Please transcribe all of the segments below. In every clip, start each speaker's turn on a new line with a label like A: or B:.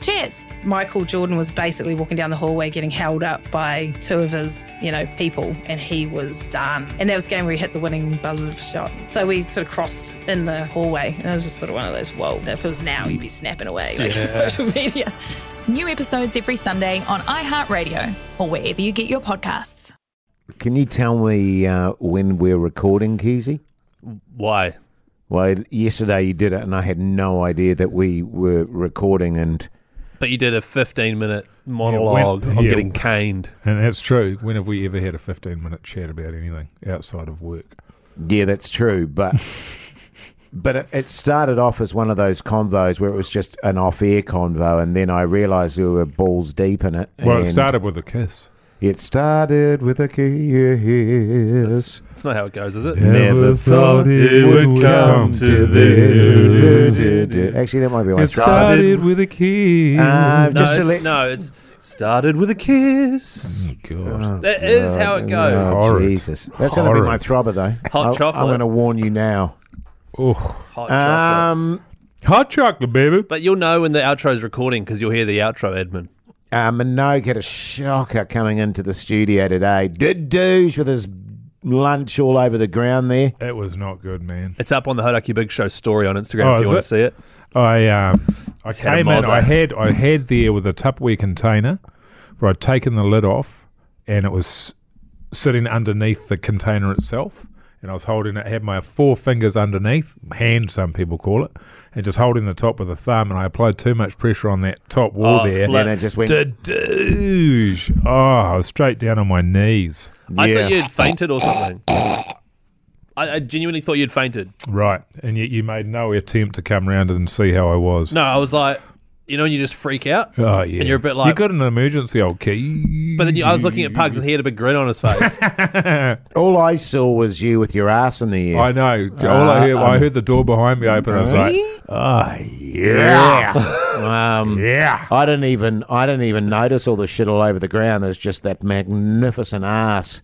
A: Cheers.
B: Michael Jordan was basically walking down the hallway getting held up by two of his, you know, people, and he was done. And that was the game where he hit the winning buzzer shot. So we sort of crossed in the hallway, and it was just sort of one of those, whoa, if it was now, you'd be snapping away like
C: Yeah.
B: social media.
A: New episodes every Sunday on iHeartRadio or wherever you get your podcasts.
D: Can you tell me uh, when we're recording, Keezy?
C: Why?
D: Well, yesterday you did it, and I had no idea that we were recording. And
C: But you did a 15 minute monologue on
E: yeah.
C: getting caned.
E: And that's true. When have we ever had a 15 minute chat about anything outside of work?
D: yeah, that's true. But but it, it started off as one of those convos where it was just an off-air convo, and then I realised we were balls deep in it.
E: Well,
D: and
E: it started with a kiss.
D: It started with a kiss.
C: That's not how it goes, is it?
D: Never thought
E: it
D: would come to this. Actually, that might be my
E: It
D: track.
E: started Oh, with a kiss.
D: Uh,
C: No,
D: just to
C: it's,
D: let-
C: no, it's started with a kiss.
E: oh, God.
C: That is how it goes.
D: Oh,
E: Horrid.
D: Jesus. That's going to be my throbber, though.
C: Hot
D: I'll-
C: chocolate.
D: I'm going to warn you now. Uh,
E: Oh.
C: Hot chocolate.
D: Um,
E: Hot chocolate, baby.
C: But you'll know when the outro's recording because you'll hear the outro, Edmund.
D: uh, Minogue had a shocker coming into the studio today. Did douche with his lunch all over the ground there.
E: That was not good, man.
C: It's up on the Hodaki Big Show story on Instagram
E: Oh,
C: if you
E: is
C: want
E: it?
C: to see it.
E: I um, I
C: had a
E: came in.
C: mozzo.
E: I had I had there with a Tupperware container where I'd taken the lid off, and it was sitting underneath the container itself. And I was holding it, had my four fingers underneath, hand some people call it, and just holding the top with a thumb. And I applied too much pressure on that top wall
C: Oh,
E: there.
C: flat.
D: And it just went.
E: Da-douche. Oh, I was straight down on my knees.
C: I
D: Yeah.
C: thought you'd fainted or something. I, I genuinely thought you'd fainted.
E: Right. And yet you made no attempt to come round and see how I was.
C: No, I was like, you know, when you just freak out.
E: Oh, yeah.
C: And you're a bit
E: you
C: like-
E: got an emergency, old key.
C: But then you, I was looking at Pugs and he had a big grin on his face.
D: All I saw was you with your ass in the air.
E: I know. All
D: Uh,
E: I heard,
D: um,
E: I heard the door behind me open. I was like, oh, yeah.
D: yeah. um,
E: Yeah.
D: I didn't even I didn't even notice all the shit all over the ground. There's just that magnificent ass.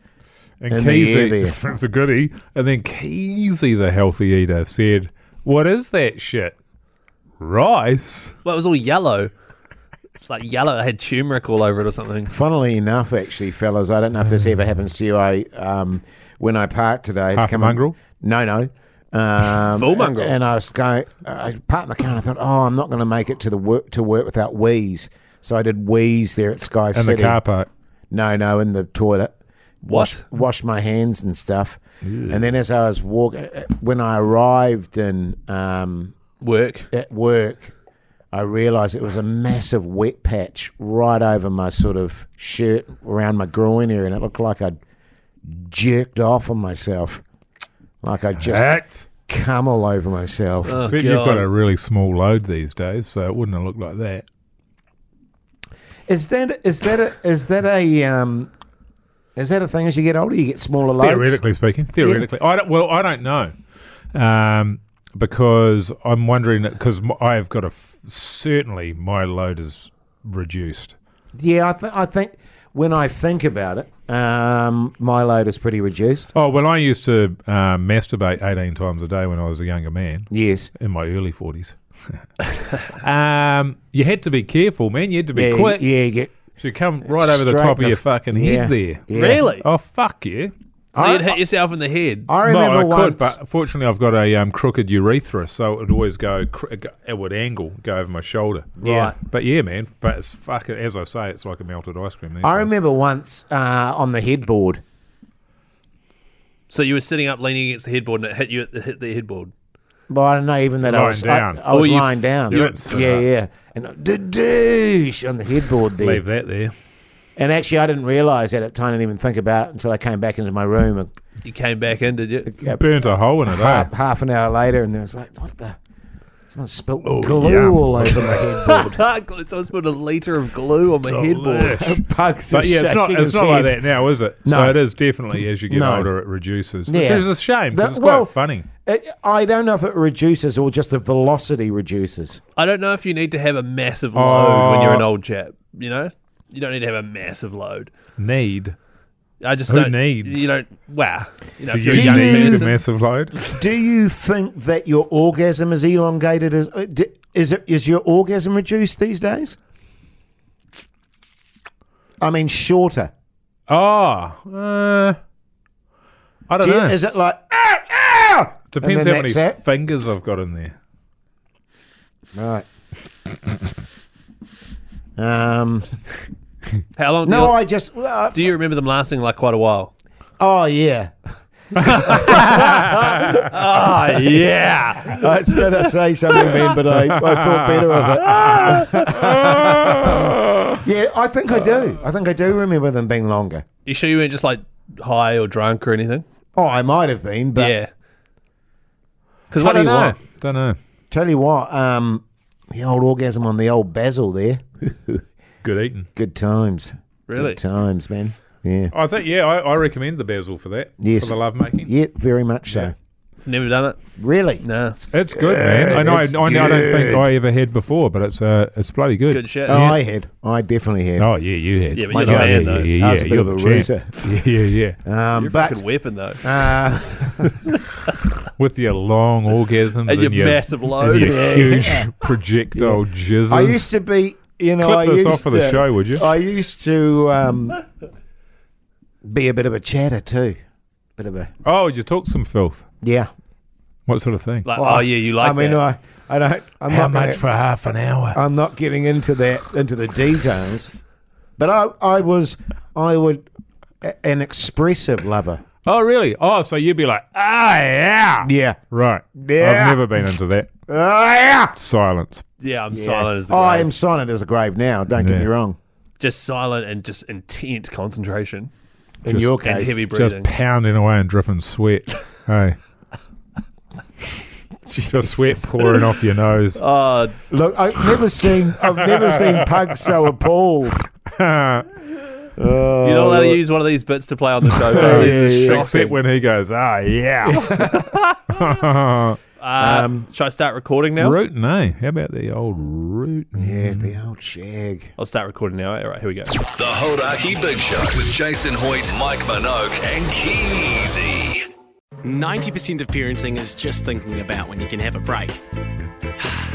E: And
D: In the air there.
E: Keezy, that's a goodie. And then Keezy, the healthy eater, said, What is that shit? Rice.
C: well, it was all yellow. It's like yellow. It had turmeric all over it or something.
D: Funnily enough, actually, fellas, I don't know if this ever happens to you. I um, when I parked today,
E: Half a
D: on-
E: mongrel?
D: No, no. Um,
C: Full mongrel.
D: And I was going, I parked in the car and I thought, oh, I'm not going to make it to the work to work without wheeze. So I did wheeze there at Sky
E: And
D: City.
E: the car park.
D: No, no, in the toilet.
C: What?
D: Wash, wash my hands and stuff. And then as I was walking, when I arrived in um,
C: Work.
D: at work, I realised it was a massive wet patch right over my sort of shirt around my groin area, and it looked like I'd jerked off on myself, like I just
E: Act.
D: come all over myself.
C: Oh,
E: Except you've got
C: God.
E: a really small load these days, so it wouldn't have looked like that.
D: Is that is that a, is that a um, is that a thing as you get older you get smaller loads?
E: Theoretically speaking, theoretically, I don't. Well, I don't know, um, because I'm wondering because I've got a f- certainly my load is reduced.
D: Yeah, I, th- I think when I think about it, um, my load is pretty reduced.
E: Oh, when I used to uh, masturbate 18 times a day when I was a younger man
D: Yes.
E: in my early 40s, um, you had to be careful, man. You had to be
D: Yeah,
E: quick.
D: yeah, you get
E: So you come right over the
D: straight
E: top
D: in
E: of
D: the
E: your
D: f-
E: fucking
D: yeah,
E: head there.
D: yeah.
C: Really?
E: Oh fuck yeah!
C: So you'd hit yourself in the head.
D: I remember
E: no, I
D: once.
E: could, but fortunately, I've got a um, crooked urethra, so it would always go. cr- it go- It would angle, go over my shoulder.
D: Yeah. Right.
E: But yeah, man. But it's fucking. As I say, it's like a melted ice cream. these
D: I
E: days.
D: remember once uh, on the headboard.
C: So you were sitting up, leaning against the headboard, and it hit you. It hit the headboard.
D: Well, I don't know even that I
E: Lying
D: was
E: down.
D: I, I was
C: Oh, you
D: lying
C: f-
D: down.
E: you don't sit
D: yeah,
E: up.
D: yeah. And I- the douche on the headboard there.
E: Leave that there.
D: And actually, I didn't realise that at the time. I didn't even think about it until I came back into my room and,
C: You came back in, did you?
D: uh,
E: Burnt a hole in it. eh?
D: half, half an hour later, and I was like, "What the? Someone spilled
E: Oh,
D: glue
E: yum.
D: all over my headboard."
C: I just put a liter of glue on my headboard.
E: Delish.
D: Bugs
E: But
D: is
E: yeah, it's not.
D: shaking
E: It's
D: his
E: not like
D: head.
E: that now, is it?
D: No.
E: So it is definitely as you get
D: No.
E: older, it reduces, which
D: Yeah.
E: is a shame
D: The-
E: because it's
D: well,
E: quite funny.
D: It, Uh, I don't know if it reduces or just the velocity reduces.
C: I don't know if you need to have a massive load when you're an
E: Oh.
C: old chap. You know, you don't need to have a massive load.
E: Need
C: I just
E: Who
C: don't,
E: needs?
C: You don't. Wow. You know,
E: Do
C: if
E: you
C: you're a young
E: need a
C: person-
E: massive load?
D: Do you think that your orgasm is elongated? As, uh, d- is it is your orgasm reduced these days? I mean, shorter.
E: Oh, uh, I don't
D: Do you-
E: know.
D: is it like ow, ow?
E: Depends
D: and
E: how
D: then
E: many
D: that's it?
E: fingers I've got in there.
D: Right. um.
C: How long?
D: No,
C: do, you,
D: I just. well, I-
C: do you remember them lasting like quite a while?
D: oh yeah.
C: Ah, yeah.
D: I was going to say something then, but I, I thought better of it. yeah, I think I do. I think I do remember them being longer.
C: You sure you weren't just like high or drunk or anything?
D: Oh, I might have been, but
C: yeah. Because
D: I
C: what do
D: don't
C: you
D: know.
C: want?
E: Don't know.
D: tell you what, um, the old orgasm on the old basil there.
E: Good eating.
D: Good times.
C: Really?
D: Good times, man. Yeah.
E: I think yeah, I, I recommend the basil for that.
D: Yes.
E: for the lovemaking.
D: Yeah, very much so.
C: Never done it.
D: Really?
C: No.
E: It's good, man. I know. I,
D: It's
E: I know. I don't think
D: good.
E: I ever had before, but it's uh, it's bloody good.
C: It's good shit.
D: Oh, I had. I definitely had.
E: Oh yeah, you had.
C: Yeah, but
D: My
C: you're the
D: cousin,
C: man though.
E: yeah,
D: I
E: yeah,
D: was a bit
E: you're
D: of a
E: the champ. Yeah, yeah, yeah.
D: Um,
C: You're a
D: but
C: fucking weapon though.
D: uh,
E: With your long orgasms
C: And your massive load.
E: and your
D: Yeah.
E: huge projectile jizzes.
D: I used to be, you know,
E: clip
D: I
E: this
D: used
E: off for the
D: to-
E: show, would you?
D: I used to um, be a bit of a chatter too. Bit of a
E: oh, you talk some filth.
D: yeah.
E: What sort of thing?
C: Like, oh, yeah, you like
D: I mean,
C: that.
D: I I don't. I'm
E: How
D: not
E: much
D: gonna,
E: for half an hour?
D: I'm not getting into that into the details, but I I was I would a- an expressive lover.
E: oh, really? Oh, so you'd be like, ah, yeah,
D: Yeah.
E: right.
D: Yeah.
E: I've never been into that.
D: Oh, yeah.
E: Silence.
C: yeah, I'm silent as the
D: I
C: grave.
D: am silent as a grave now. Don't get
E: Yeah.
D: me wrong.
C: Just silent and just intent concentration
D: In
E: Just-
D: your
E: and
C: and
D: case,
C: heavy
E: Just
C: breathing.
E: pounding away and dripping sweat. hey. Just sweat pouring off your nose.
C: oh,
D: look, I've never seen I've never seen pugs so appalled. Oh,
C: you're not allowed to use one of these bits to play on the show.
D: Uh,
C: though.
D: yeah,
C: This is
D: yeah.
E: Except
C: shocking.
E: when he goes, ah, yeah.
C: Uh,
D: Um,
C: should I start recording now?
E: Rootin', eh? How about the old rootin'?
D: Yeah, the old shag.
C: I'll start recording now. eh? All right, here we go.
F: The Hodaki Big Show with Jason Hoyt, Mike Minogue, and Keezy.
G: 90% of parenting is just thinking about when you can have a break.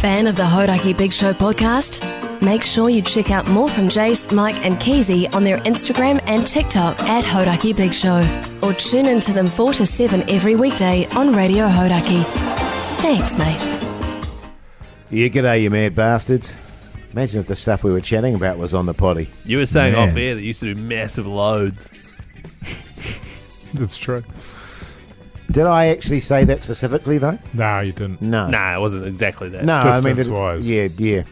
H: Fan of the Hodaki Big Show podcast? Make sure you check out more from Jace, Mike, and Keezy on their Instagram and TikTok at Hodaki Big Show. Or tune in to them 4 to 7 every weekday on Radio Hodaki. Thanks, mate.
D: Yeah, g'day, you mad bastards. Imagine if the stuff we were chatting about was on the potty.
C: You were saying
E: Man.
C: off air that you used to do massive loads.
E: That's true.
D: Did I actually say that specifically though?
E: No, you didn't.
D: No.
C: Nah, it wasn't exactly that.
D: No, I mean,
E: Distance-wise.
D: yeah, yeah,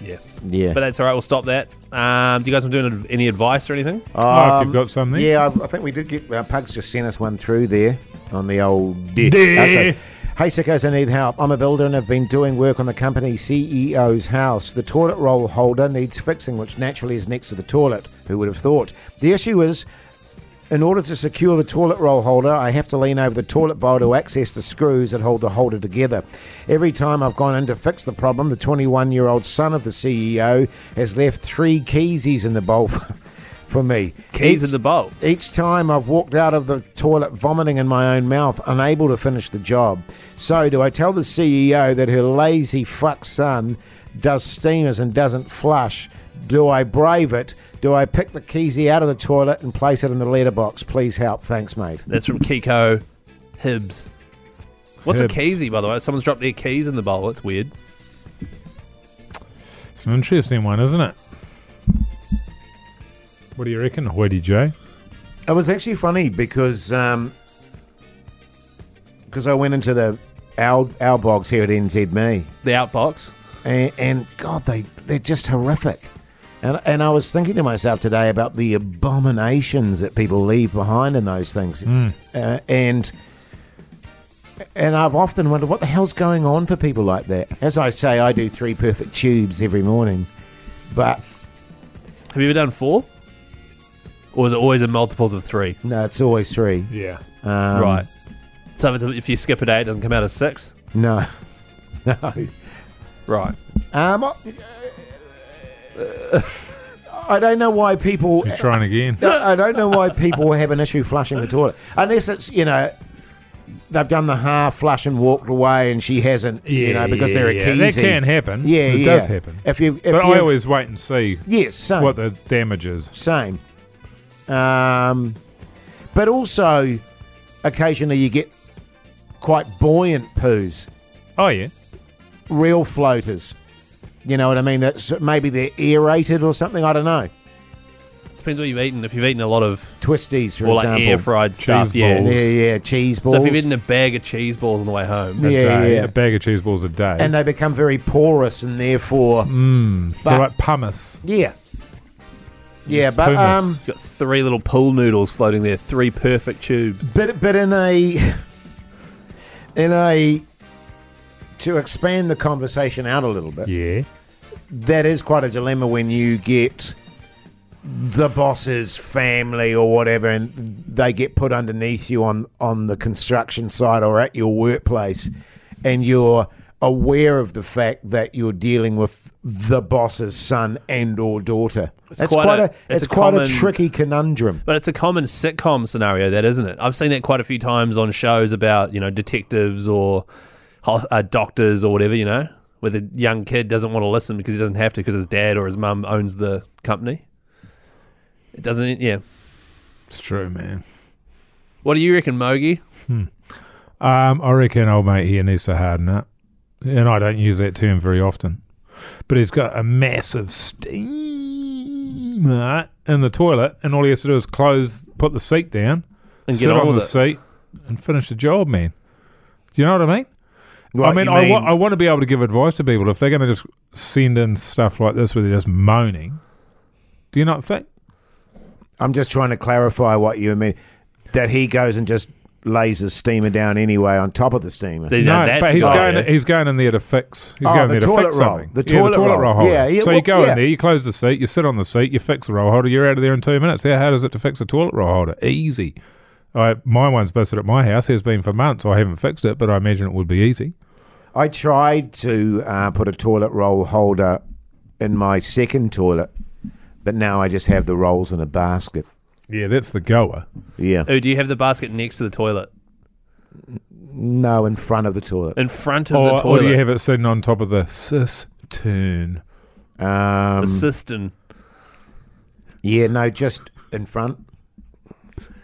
C: Yeah.
D: yeah.
C: But that's all right. We'll stop that. Um, do you guys want to do any advice or anything?
D: Uh,
E: Oh, if you've got something.
D: Um, Yeah, I, I think we did get. Uh, Pugs just sent us one through there on the old. De-
E: De-
D: Hey, sickos, I need help. I'm a builder and have been doing work on the company CEO's house. The toilet roll holder needs fixing, which naturally is next to the toilet. Who would have thought? The issue is. In order to secure the toilet roll holder, I have to lean over the toilet bowl to access the screws that hold the holder together. Every time I've gone in to fix the problem, the 21 year old son of the CEO has left three keysies in the bowl for, for me.
C: Keys
D: Each-
C: in the bowl.
D: each time I've walked out of the toilet vomiting in my own mouth, unable to finish the job. So, do I tell the CEO that her lazy fuck son does steamers and doesn't flush? Do I brave it? Do I pick the keysy out of the toilet and place it in the letterbox? Please help. Thanks, mate.
C: That's from Kiko Hibbs. What's
E: Hibbs.
C: a keysy, by the way? Someone's dropped their keys in the bowl. That's weird.
E: It's an interesting one, isn't it? What do you reckon, Hoity J?
D: It was actually funny because um, cause I went into the our, our bogs here at NZME
C: The outbox.
D: and, and God, they they're just horrific. And, and I was thinking to myself today about the abominations that people leave behind in those things. Uh, and and I've often wondered what the hell's going on for people like that. As I say, I do three perfect tubes every morning, but
C: Have you ever done four? Or is it always in multiples of three?
D: no, it's always three.
E: Yeah.
D: Um,
C: right. So if, it's a, if you skip a day, it doesn't come out as six?
D: No, no.
C: Right.
D: Um, I, uh, I don't know why people.
E: You're trying again.
D: I don't know why people have an issue flushing the toilet unless it's you know. They've done the half flush and walked away, and she hasn't, you know, because they're a
E: yeah.
D: keezy.
E: That can happen.
D: Yeah,
E: it
D: yeah.
E: does happen.
D: If you, if
E: but
D: you,
E: I always wait and see
D: yes, same,
E: what the damage is.
D: same. Um, but also, occasionally you get quite buoyant poos,
E: Oh yeah,
D: real floaters. You know what I mean? That's maybe they're aerated or something. I don't know.
C: Depends what you've eaten. If you've eaten a lot of,
D: Twisties, for
C: well,
D: example.
C: like air fried stuff,
E: Cheese
C: yeah.
E: balls.
D: Yeah, yeah, cheese balls.
C: So if you've eaten a bag of cheese balls on the way home,
E: a
D: Yeah,
E: day,
D: yeah.
E: a bag of cheese balls a day.
D: and they become very porous and therefore
E: they're
D: but-
E: like pumice.
D: yeah yeah but
E: pumice.
D: um
C: you've got three little pool noodles floating there, three perfect tubes.
D: but but in a in a to expand the conversation out a little bit
E: Yeah,
D: that is quite a dilemma when you get the boss's family or whatever and they get put underneath you on on the construction site or at your workplace and you're aware of the fact that you're dealing with the boss's son and or daughter it's
C: quite a-
D: it's,
C: it's a
D: quite
C: common-
D: a tricky conundrum
C: But it's a common sitcom scenario, that isn't it? I've seen that quite a few times on shows about you know detectives or ho- uh, doctors or whatever, you know, where the young kid doesn't want to listen because he doesn't have to because his dad or his mum owns the company. It doesn't, yeah.
E: it's true, man.
C: What do you reckon, Mogi?
E: Um, I reckon old mate here needs to harden up, and I don't use that term very often. But he's got a massive steamer in the toilet, and all he has to do is close, put the seat down,
C: And
E: sit
C: get on
E: on the
C: with it.
E: seat, and finish the job, man. Do you know what I mean?
D: Right,
E: I mean,
D: you
E: I, wa- I want to be able to give advice to people if they're going to just send in stuff like this where they're just moaning. Do you not think?
D: i'm just trying to clarify what you mean that he goes and just lays his steamer down anyway on top of the steamer
C: See, now
E: no,
C: that's
E: but
C: a
E: he's
C: good
E: going.
C: idea.
E: He's going in there to fix. He's
D: Oh,
E: going
D: the
E: there to
D: toilet
E: fix
D: roll.
E: something.
D: The
E: yeah, the
D: toilet
E: toilet
D: roll.
E: roll. holder.
D: Yeah, yeah,
E: so
D: well,
E: you go
D: yeah.
E: in there, you close the seat, you sit on the seat, you fix the roll holder. You're out of there in two minutes. How hard is it to fix a toilet roll holder? Easy. I, my one's busted at my house. Has been for months. I haven't fixed it, but I imagine it would be easy.
D: I tried to uh, put a toilet roll holder in my second toilet, but now I just have the rolls in a basket.
E: Yeah, that's the goer.
D: Yeah.
C: Oh, do you have the basket next to the toilet?
D: No, in front of the toilet.
C: In front of the
E: Or, or
C: toilet?
E: do you have it sitting on top of the cistern?
D: Um,
C: the cistern.
D: yeah, no, just in front.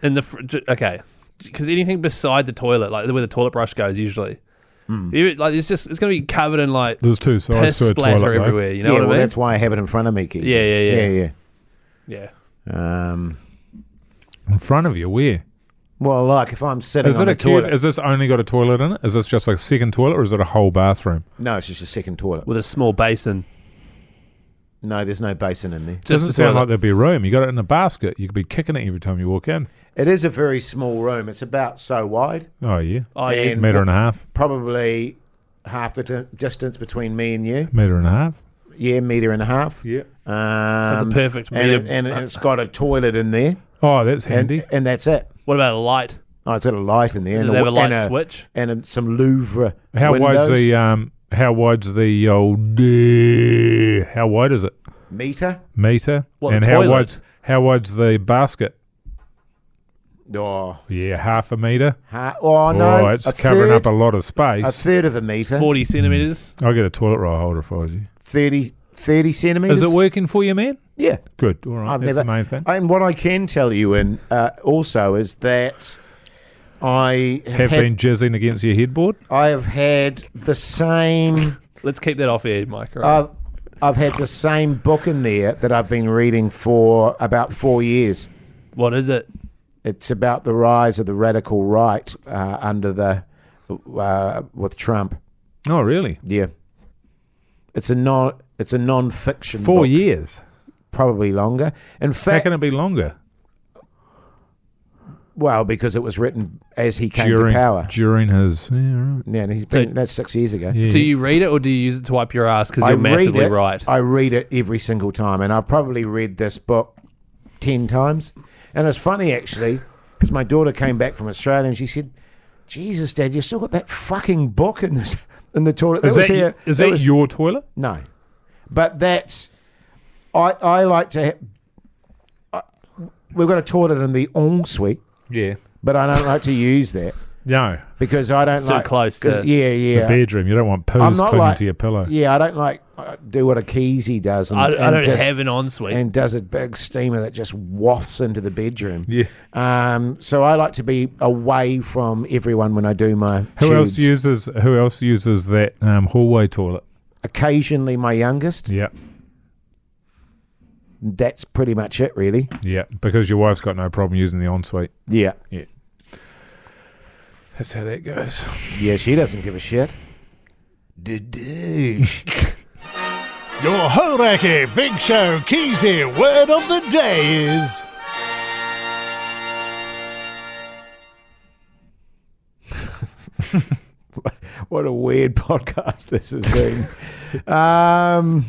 C: In the fr- j- okay, because anything beside the toilet, like where the toilet brush goes, usually,
E: Hmm.
C: You- like it's just it's gonna be covered in like
E: There's two sides
C: piss
E: to a
C: splatter
E: toilet. though.
C: everywhere. You know
D: yeah,
C: what
D: well,
C: I mean?
D: that's why I have it in front of me, Keith.
C: Yeah, yeah, yeah.
D: Yeah,
C: yeah.
D: yeah. Um,
E: In front of you, where?
D: well, like if I'm sitting
E: Is
D: on
E: it
D: the
E: a toilet?
D: toilet.
E: Is this only got a toilet in it? Is this just like a second toilet, or is it a whole bathroom?
D: no, it's just a second toilet.
C: With a small basin.
D: No, there's no basin in there.
C: Just
E: Doesn't
C: a
E: sound
C: toilet.
E: like there'd be room. You got it in a basket. You could be kicking it every time you walk in.
D: It is a very small room. It's about so wide,
E: Oh yeah,
C: Oh, yeah.
D: And-
E: meter and a half,
D: probably half the di- distance between me and you.
E: meter and a half.
D: Yeah, meter and a half.
E: Yeah.
D: Um,
C: it's a perfect
D: and, it,
C: medium.
D: and it's got a toilet in there,
E: Oh, that's
D: and,
E: handy.
D: and that's it.
C: What about a light?
D: Oh, it's got a light in there.
C: Does
D: and
C: it have a light
D: and
C: switch?
D: and a, some Louvre.
E: how
D: windows.
E: wide's the um? How wide's the old? uh, how wide is it?
D: meter?
E: Meter.
C: What, the
E: and how
C: toilet?
E: wide's how wide's the basket?
D: Oh,
E: Yeah, half a meter.
D: ha- oh no,
E: oh, it's
D: a
E: covering
D: third,
E: up a lot of
D: a
E: space.
D: third of a meter,
C: Forty centimeters.
E: I'll get a toilet roll holder for you.
D: 30, 30 centimeters.
E: Is it working for you, man?
D: Yeah,
E: Good. All right.
D: I've
E: that's
D: never.
E: the main thing.
D: And what I can tell you, and uh, also is that I
E: have
D: had,
E: been jizzing against your headboard.
D: I have had the same.
C: Let's keep that off air, Mike. all right?
D: I've, I've had the same book in there that I've been reading for about four years.
C: what is it?
D: It's about the rise of the radical right uh, under the uh, with Trump.
E: Oh, really?
D: Yeah, it's a non it's a non fiction
E: Four
D: book.
E: years.
D: probably longer. In
E: How
D: fact,
E: can it be longer?
D: well, because it was written as he came
E: during
D: to power.
E: during his yeah, right.
D: Yeah, and he's
C: So-
D: been, that's six years ago.
E: Yeah.
C: Do you read it or do you use it to wipe your ass because
D: I
C: you're
D: read
C: massively
D: it-
C: right?
D: I read it every single time, and I've probably read this book ten times. And it's funny actually, because my daughter came back from Australia and she said, "Jesus, Dad, you still got that fucking book in this in the toilet."
E: Is
D: was
E: that,
D: here-
E: is
D: that
E: that
D: was-
E: your toilet?
D: No, but that's I I like to. Ha- I, we've got a toilet in the ensuite,
E: Yeah.
D: but I don't like to use that
E: No,
D: because I don't
C: It's too
D: like
C: close
D: 'cause-
C: to
D: yeah
E: the
D: yeah.
E: bedroom. You don't want poos clinging to your pillow.
D: Yeah, I don't like uh, do what a Keezy does. And,
C: I, I
D: and
C: don't
D: just-
C: have an ensuite.
D: and does a big steamer that just wafts into the bedroom.
E: Yeah.
D: Um, so I like to be away from everyone when I do my.
E: Who else
D: tubes.
E: uses Who else uses that um, hallway toilet?
D: Occasionally, my youngest.
E: Yeah,
D: That's pretty much it, really.
E: yeah. Because your wife's got no problem using the ensuite.
D: Yeah.
E: That's how that goes.
D: Yeah, she doesn't give a shit. Dudoosh.
E: Your Horaki Big Show Keezy word of the day is.
D: what a weird podcast this has been. um,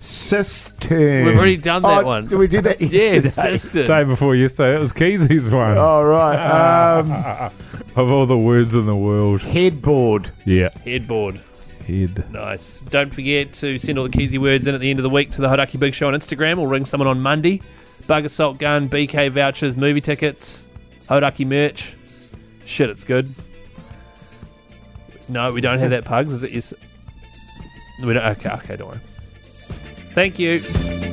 D: cistern.
C: We've already done that
D: Oh,
C: one.
D: Did we do that yesterday?
C: yeah, sister.
E: Day before yesterday, that was Keezy's one.
D: All right. Um,
E: Of all the words in the world.
D: headboard.
E: Yeah.
C: Headboard.
E: Head.
C: Nice. Don't forget to send all the Keezy words in at the end of the week to the Hodaki Big Show on Instagram or ring someone on Monday. Bug Assault Gun, BK vouchers, movie tickets, Hodaki merch. Shit, it's good. No, we don't have that, Pugs. Is it? Yes. We don't. Okay, okay, don't worry. Thank you.